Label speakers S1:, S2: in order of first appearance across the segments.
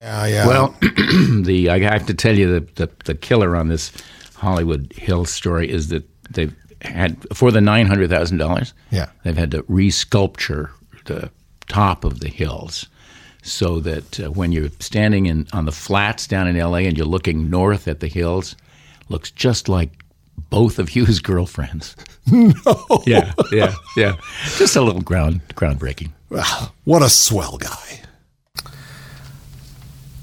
S1: Yeah, yeah.
S2: Well, the I have to tell you the, the the killer on this Hollywood Hill story is that they've had for the nine hundred thousand dollars.
S1: Yeah.
S2: they've had to resculpture the top of the hills so that uh, when you're standing in on the flats down in L.A. and you're looking north at the hills, looks just like both of Hugh's girlfriends. No. Yeah, yeah, yeah. Just a little ground groundbreaking.
S1: what a swell guy.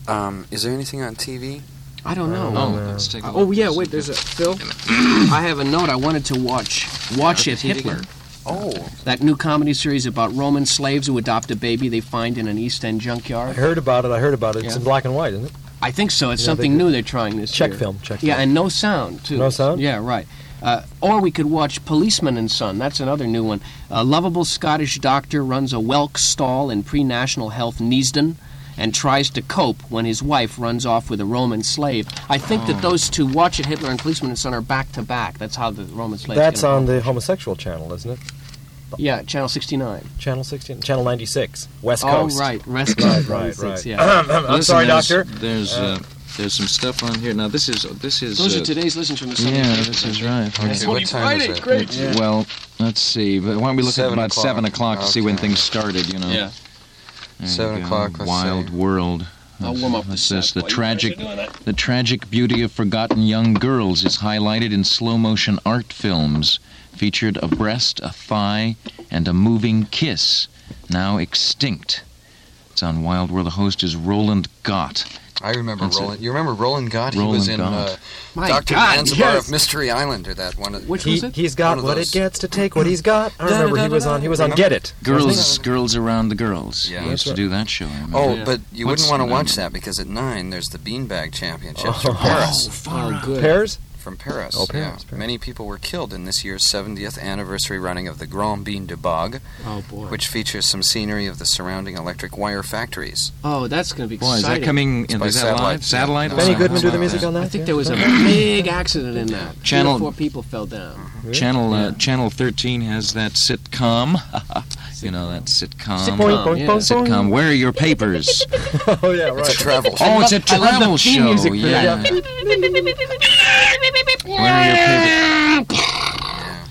S3: Um, is there anything on TV?
S4: I don't know.
S5: Oh, let's take a look.
S4: Oh yeah, wait. There's a Phil. I have a note I wanted to watch. Watch it, Hitler.
S3: Oh,
S4: That new comedy series about Roman slaves who adopt a baby they find in an East End
S5: I
S4: junkyard.
S5: heard about it. I heard about it. It's
S4: Yeah.
S5: in black and white, isn't it?
S4: I think so. It's
S5: Yeah,
S4: something
S5: they do.
S4: new they're trying this
S5: Czech
S4: year.
S5: film, Czech
S4: Yeah,
S5: film.
S4: and no sound too.
S5: No sound?
S4: Yeah, right. Uh, or we could watch Policeman and Son. That's another new one. A lovable Scottish doctor runs a Welk stall in pre-national health Neasden, and tries to cope when his wife runs off with a Roman slave. I think that those two, Watch It, Hitler, and Policeman and Son, are back to back. That's how the Roman slave.
S5: That's on the homosexual channel, isn't it?
S4: Yeah, Channel 69.
S5: Channel 16, Channel 96, West
S4: Oh,
S5: Coast.
S4: right. Rest
S5: Right,
S4: of
S5: right,
S4: 26,
S5: right.
S4: Yeah.
S5: I'm sorry, there's- Doctor.
S6: There's uh, there's some stuff on here. Now this is this is.
S4: Those
S6: uh,
S4: are today's listens from the Sunday
S6: Yeah,
S4: paper.
S6: this is right.
S3: okay. What time is it?
S6: Well, let's see. But why don't we look
S3: Seven
S6: at about
S3: o'clock.
S6: seven o'clock to see when
S3: Okay.
S6: things started? You know.
S4: Yeah.
S6: There you
S3: Seven
S6: go.
S3: o'clock, let's
S6: Wild
S3: see.
S6: world.
S4: I'll warm up the
S6: This is
S4: set
S6: the
S4: while you guys
S6: tragic, the tragic beauty of forgotten young girls is highlighted in slow motion art films, featured a breast, a thigh, and a moving kiss, now extinct. It's on Wild World. The host is Roland Gott.
S3: I remember
S6: That's it.
S3: Roland. You remember Roland Gott? he was
S6: Roland
S3: in
S6: Gott.
S3: uh,
S4: My
S3: Doctor
S4: God,
S3: Zanzibar
S4: yes.
S3: of Mystery Island, or that one. Of,
S4: Which
S5: He,
S4: was it?
S5: he's got
S3: One of
S5: what
S3: those.
S5: it gets to take what he's got. I remember he was on. He was on
S3: Remember?
S5: Get It.
S6: Girls, girls around the girls.
S3: Yeah,
S6: Yeah, used
S3: that's
S6: to do that show. I remember.
S3: oh, but you
S6: What's
S3: wouldn't want to
S6: the
S3: watch
S6: name?
S3: that because at nine there's the Beanbag Championship
S5: Oh.
S3: from Paris.
S4: Oh, good.
S5: Pears?
S3: From Paris.
S5: Oh, Paris,
S3: yeah.
S5: Paris.
S3: Many people were killed in this year's 70th anniversary running of the Grand Bean de Bog,
S4: Oh, boy.
S3: which features some scenery of the surrounding electric wire factories.
S4: oh, that's going to be
S6: Boy, is
S4: exciting.
S6: that coming? Is
S3: by
S6: that
S3: satellite.
S6: live? Satellite.
S3: Yeah.
S5: Benny
S3: Oh,
S5: Goodman do the
S3: wow.
S5: music on that?
S4: I think
S5: Yeah.
S4: there was a big accident in that. Three or
S6: Channel-
S4: Four people fell down.
S6: Channel uh, Channel 13 has that sitcom. you know that sitcom.
S5: Boing,
S6: uh,
S5: boing, boing,
S4: yeah.
S5: boing.
S6: Sitcom. Where are your papers?
S5: Oh yeah,
S3: It's a
S5: right.
S3: travel.
S6: oh, it's a
S4: I love the
S6: travel
S4: theme
S6: show.
S4: music for
S6: yeah. Where are your papers?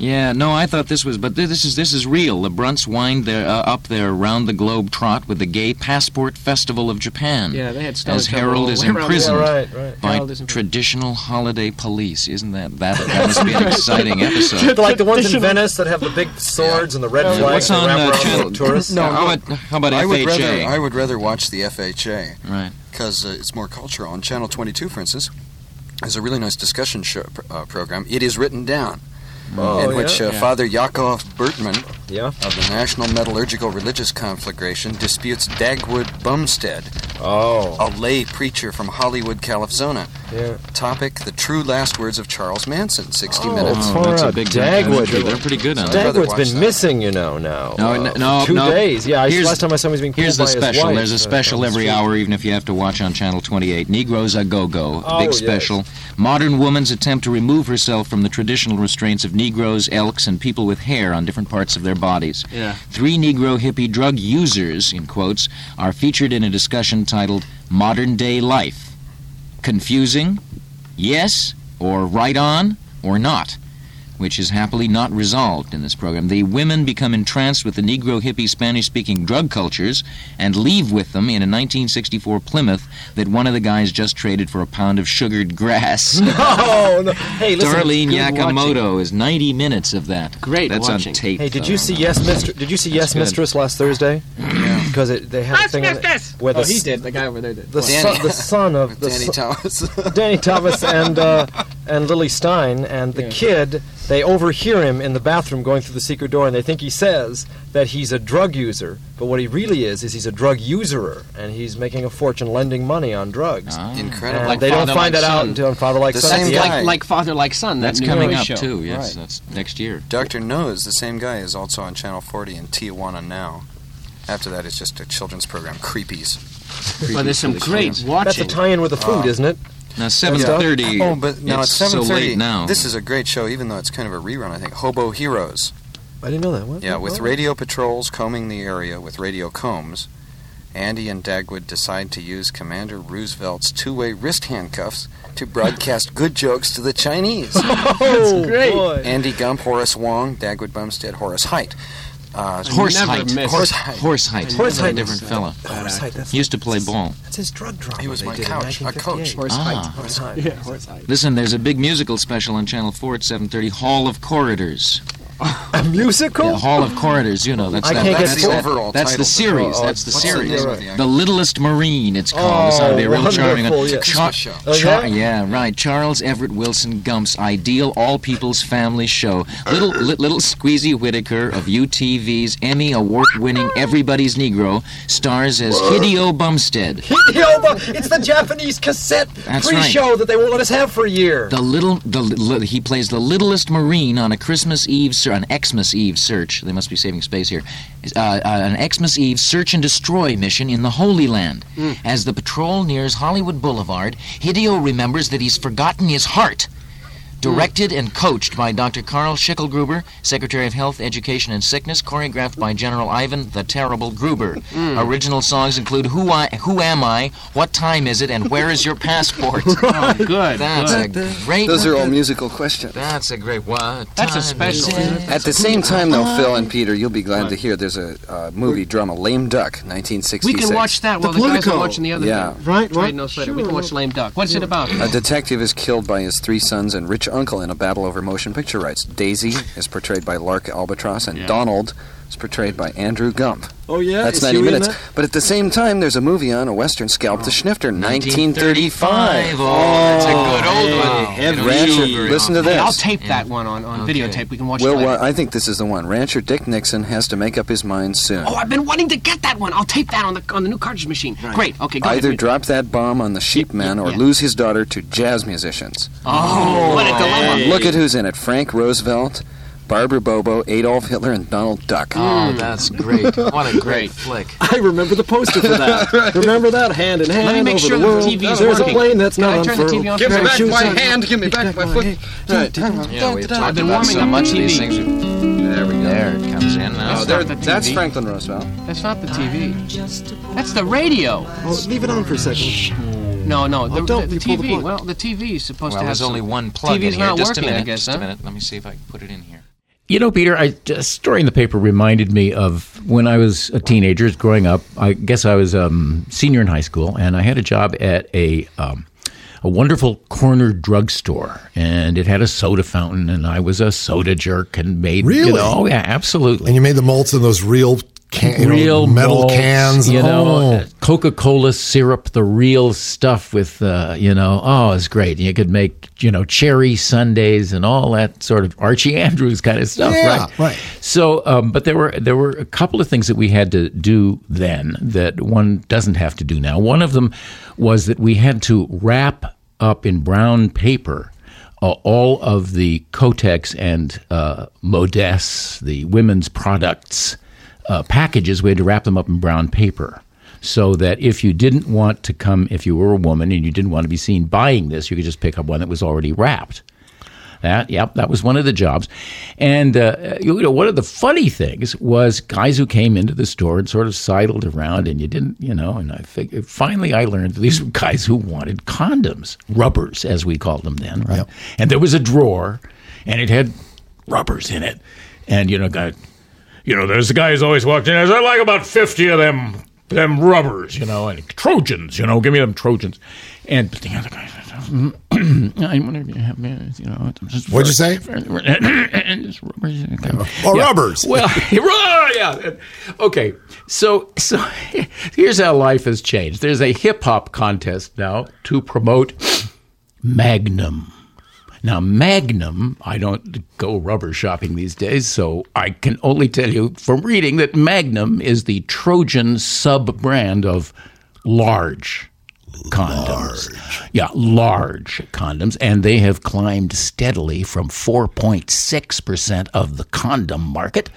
S6: Yeah, no, I thought this was, but thi- this is this is real. The Brunts wind their uh, up their round the globe trot with the Gay Passport Festival of Japan.
S4: Yeah, they had stomach
S6: As
S4: trouble all
S6: Harold
S4: the
S6: is
S4: way around the
S5: Yeah,
S6: imprisoned
S5: right, right.
S6: by
S4: Harold is imprisoned.
S6: traditional holiday police. Isn't that that that must be an exciting episode?
S5: Like the ones in Venice that have the big swords and the red flags
S6: What's
S5: that
S6: on
S5: wrap
S6: uh,
S5: around
S6: channel?
S5: the tourists.
S6: No, how about how about
S3: I would rather
S6: FHA?
S3: I would rather watch the FHA
S6: Right.
S3: because uh, it's more cultural. On Channel 22, for instance, is a really nice discussion show, uh, program. It is written down,
S5: Oh,
S3: in which
S5: yeah.
S3: uh,
S6: Yeah.
S3: Father Yakov Bertman
S5: Yeah.
S3: of the National Metallurgical Religious Conflagration disputes Dagwood Bumstead,
S5: Oh.
S3: a lay preacher from Hollywood, California.
S5: Yeah.
S3: Topic: The true last words of Charles Manson. 60
S5: Oh,
S3: minutes.
S5: It's
S6: that's
S5: for
S6: a big
S5: a Dagwood.
S6: documentary. They're pretty good on it.
S3: Dag- rather
S5: Dagwood's
S3: watch
S5: been
S3: that.
S5: missing, you know, now.
S6: No,
S5: uh,
S6: no, no,
S5: for Two
S6: no.
S5: days. Yeah, I,
S6: Here's-
S5: last time I saw him was being pulled
S6: Here's the
S5: by his
S6: special.
S5: wife,
S6: There's a
S5: uh,
S6: special
S5: on the
S6: every
S5: street.
S6: hour, even if you have to watch on Channel 28. Negroes a Go Go.
S5: Oh,
S6: big
S5: yes.
S6: special. Modern woman's attempt to remove herself from the traditional restraints of Negroes, elks, and people with hair on different parts of their bodies.
S4: Yeah.
S6: Three Negro hippie drug users, in quotes, are featured in a discussion titled Modern Day Life. Confusing? Yes, or right on, or not, which is happily not resolved in this program. The women become entranced with the Negro hippie Spanish speaking drug cultures and leave with them in a 1964 Plymouth that one of the guys just traded for a pound of sugared grass.
S5: Oh, no. Hey, listen.
S6: Darlene
S4: good
S6: Yakamoto is 90 minutes of that.
S4: Great
S6: That's
S4: watching.
S6: on tape.
S5: Hey, did
S6: though.
S5: you see Yes, Mistress? Did you see Yes,
S6: good.
S5: Mistress last Thursday? Because it, they had a thing on it where the
S4: Oh, he
S5: s-
S4: did. The guy over there did.
S5: The
S4: What?
S3: Danny.
S5: son, the son of the
S3: Danny
S5: son-
S3: Thomas.
S5: Danny Thomas and uh, and Lily Stein and the
S4: Yeah.
S5: kid. They overhear him in the bathroom going through the secret door, and they think he says that he's a drug user. But what he really is is he's a drug userer, and he's making a fortune lending money on drugs.
S6: Ah.
S3: Incredible.
S5: And
S4: Like
S5: they don't
S4: Father
S5: find
S4: Like
S5: that out
S4: Son.
S5: until on Father Like
S3: The
S5: Son.
S3: same
S5: at
S4: That's
S5: the
S3: guy.
S4: like, like Father, Like Son.
S6: That's
S4: that new
S6: coming
S4: Ray
S6: up
S4: show.
S6: too. Yes,
S4: Right.
S6: that's next year.
S3: Doctor Knows, the same guy, is also on Channel 40 in Tijuana now. After that, it's just a children's program, Creepies.
S4: Well, there's some great watching.
S5: That's a tie-in with the food, isn't it?
S6: Now 7:30.
S3: Oh, but now it's, 7:30.
S6: so late now.
S3: This is a great show, even though it's kind of a rerun. I think Hobo Heroes.
S5: I didn't know that. What?
S3: Yeah, with
S5: Oh.
S3: radio patrols combing the area with radio combs, Andy and Dagwood decide to use Commander Roosevelt's two way wrist handcuffs to broadcast good jokes to the Chinese.
S5: Oh,
S4: great.
S5: boy.
S3: Andy Gump, Horace Wong, Dagwood Bumstead, Horace Height. Uh,
S6: Horse
S4: never
S6: height.
S4: missed.
S6: Horse height. Horse height.
S5: Horse height.
S6: Different fella.
S5: Horse height, that's,
S6: He used to play ball.
S5: that's his drug drama.
S3: He was
S5: they
S3: my
S5: did in
S3: couch, a coach.
S5: 1958.
S4: Horse
S6: Ah.
S5: Horse height.
S6: Listen, there's a big musical special on Channel 4 at 7:30. Hall of Corridors.
S5: A musical?
S6: Yeah, Hall of Corridors. You know, that's
S5: I
S6: that,
S5: can't get
S6: that's,
S5: the
S6: that-
S3: overall
S6: that's
S3: title,
S6: the series.
S5: Oh, oh,
S6: that's the
S5: what's
S3: the
S6: series.
S3: name of the actor?
S6: Littlest Marine. It's called. it's going to be a
S5: Oh,
S6: real charming.
S5: wonderful, yes.
S6: Char-
S3: Show.
S5: Oh, yeah?
S6: Char- yeah, right. Charles Everett Wilson Gump's ideal all people's family show. Little li- little Squeezy Whittaker of UTV's Emmy award-winning Everybody's Negro stars as Hideo Bumstead.
S5: Yoba, it's the Japanese cassette
S6: That's
S5: pre-show that they won't let us have for a year.
S6: The little, the li- he plays the littlest marine on a Christmas Eve, ser- an Xmas Eve search. They must be saving space here. Uh, uh, an Xmas Eve search and destroy mission in the Holy Land. As the patrol nears Hollywood Boulevard, Hideo remembers that he's forgotten his heart. Directed and coached by Dr. Carl Schickelgruber, Secretary of Health, Education, and Sickness, choreographed by General Ivan the Terrible Gruber.
S4: Hmm.
S6: Original songs include "Who I, Who Am I," "What Time Is It," and "Where Is Your Passport."
S4: Oh, good.
S6: That's
S4: good.
S6: a great.
S7: Those
S6: one.
S7: are all musical questions.
S6: That's a great one.
S4: That's a special.
S7: At the same time, though, Phil and Peter, you'll be glad to hear there's a uh, movie drama, Lame Duck, 1966.
S4: We can watch that
S7: The
S4: while the, guys are
S7: Politico.
S4: watching the other
S7: Yeah.
S4: thing.
S5: Right,
S4: Trade
S5: right.
S4: No Slater. We can watch Lame Duck. What's it about?
S7: A detective is killed by his three sons and rich uncle in a battle over motion picture rights. Daisy is portrayed by Lark Albatross, and Donald is portrayed by Andrew Gump.
S5: oh yeah,
S7: That's
S5: Is he
S7: 90
S5: in
S7: minutes.
S5: that?
S7: But at the same time, there's a movie on a Western scalp, The Schnifter, 1935.
S6: Oh, that's a good old
S5: hey,
S6: one.
S5: heavy.
S6: They don't
S7: Rancher,
S6: show very
S7: listen to
S4: Hey, I'll
S7: this.
S4: tape that one on, on
S6: Okay.
S4: videotape. We can watch it
S7: Well,
S4: later.
S7: well, I think this is the one. Rancher Dick Nixon has to make up his mind soon.
S4: Oh, I've been wanting to get that one. I'll tape that on the on the new cartridge machine. Great. Okay, go
S7: Either
S4: ahead.
S7: drop that bomb on the sheepman or
S4: yeah.
S7: lose his daughter to jazz musicians.
S4: oh, what a dilemma.
S7: Look at who's in it Frank Roosevelt, Barbara Bobo, Adolf Hitler, and Donald Duck.
S6: Oh, that's great. What a great flick.
S5: I remember the poster for that. remember that hand in hand
S4: Let me make
S5: over
S4: sure
S5: the
S4: that the
S5: world.
S4: TV is
S5: There's
S4: working.
S5: a plane that's
S4: Can
S5: not
S4: I turn the
S5: unfurled.
S4: TV on? Give me
S5: Their
S4: back
S5: shoes are-
S7: give me back my foot.
S6: Yeah, we've talked
S4: been
S6: about
S4: warming
S6: so
S4: up the
S6: much of
S4: TV.
S6: these things.
S7: There we go.
S6: There it comes in now.
S7: Oh, there- that's Franklin Roosevelt.
S4: That's not the TV. That's the radio.
S5: Oh, leave it on for a second.
S4: No, no, the,
S5: Oh, don't
S4: the
S5: you pull the
S4: TV.
S5: plug.
S4: well, the TV is supposed
S6: well,
S4: to have
S6: there's
S4: some-
S6: only one plug
S4: TV's
S6: in here.
S4: not
S6: just
S4: working,
S6: a
S4: I
S6: minute.
S4: guess,
S6: just
S4: huh?
S6: a minute. Let me see if I can put it in here.
S2: You know, Peter, I, a story in the paper reminded me of when I was a teenager, growing up. I guess I was um, senior in high school, and I had a job at a um, a wonderful corner drugstore, and it had a soda fountain, and I was a soda jerk and made
S1: Really?
S2: You know, oh yeah, absolutely.
S1: And you made the malts in those real can, you know,
S2: real
S1: metal
S2: malts,
S1: cans.
S2: you
S1: oh.
S2: know, Coca Cola syrup, the real stuff with, uh, you know, oh, it's great. You could make, you know, cherry sundaes and all that sort of Archie Andrews kind of stuff,
S1: Yeah,
S2: right?
S1: right.
S2: So, um, but there were there were a couple of things that we had to do then that one doesn't have to do now. One of them was that we had to wrap up in brown paper uh, all of the Kotex and uh, Modess, the women's products uh, packages. We had to wrap them up in brown paper. So that if you didn't want to come, if you were a woman and you didn't want to be seen buying this, you could just pick up one that was already wrapped. That, yep, that was one of the jobs. And, uh, you know, one of the funny things was guys who came into the store and sort of sidled around and you didn't, you know, and I figured, finally I learned that these were guys who wanted condoms, rubbers, as we called them then, right? And there was a drawer and it had rubbers in it. And, you know, guy, you know, there's the guy who's always walked in. There's I like about fifty of them, them rubbers, you know, and Trojans, you know, give me them Trojans. And but the other guy, says, "Mm, I wonder if you have, you know, it's just
S1: What'd you say?
S2: Just rubbers.
S1: Oh,
S2: Yeah.
S1: rubbers.
S2: Well, right, yeah. Okay, so so here's how life has changed. There's a hip hop contest now to promote Magnum. Now, Magnum, I don't go rubber shopping these days, so I can only tell you from reading that Magnum is the Trojan sub brand of large condoms. Yeah, large condoms. And they have climbed steadily from 4.6% of the condom market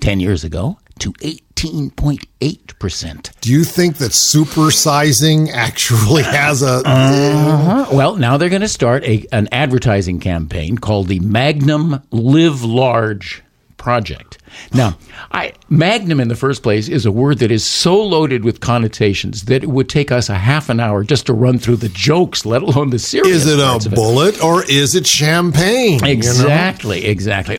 S2: 10 years ago to 18.8%.
S1: Do you think that supersizing actually has a.
S2: Uh-huh. Well, now they're going to start a, an advertising campaign called the Magnum Live Large project. Now, I, magnum in the first place is a word that is so loaded with connotations that it would take us a half an hour just to run through the jokes, let alone the serious.
S1: Is it
S2: parts
S1: a
S2: of
S1: bullet or is it champagne? you know?
S2: Exactly, exactly.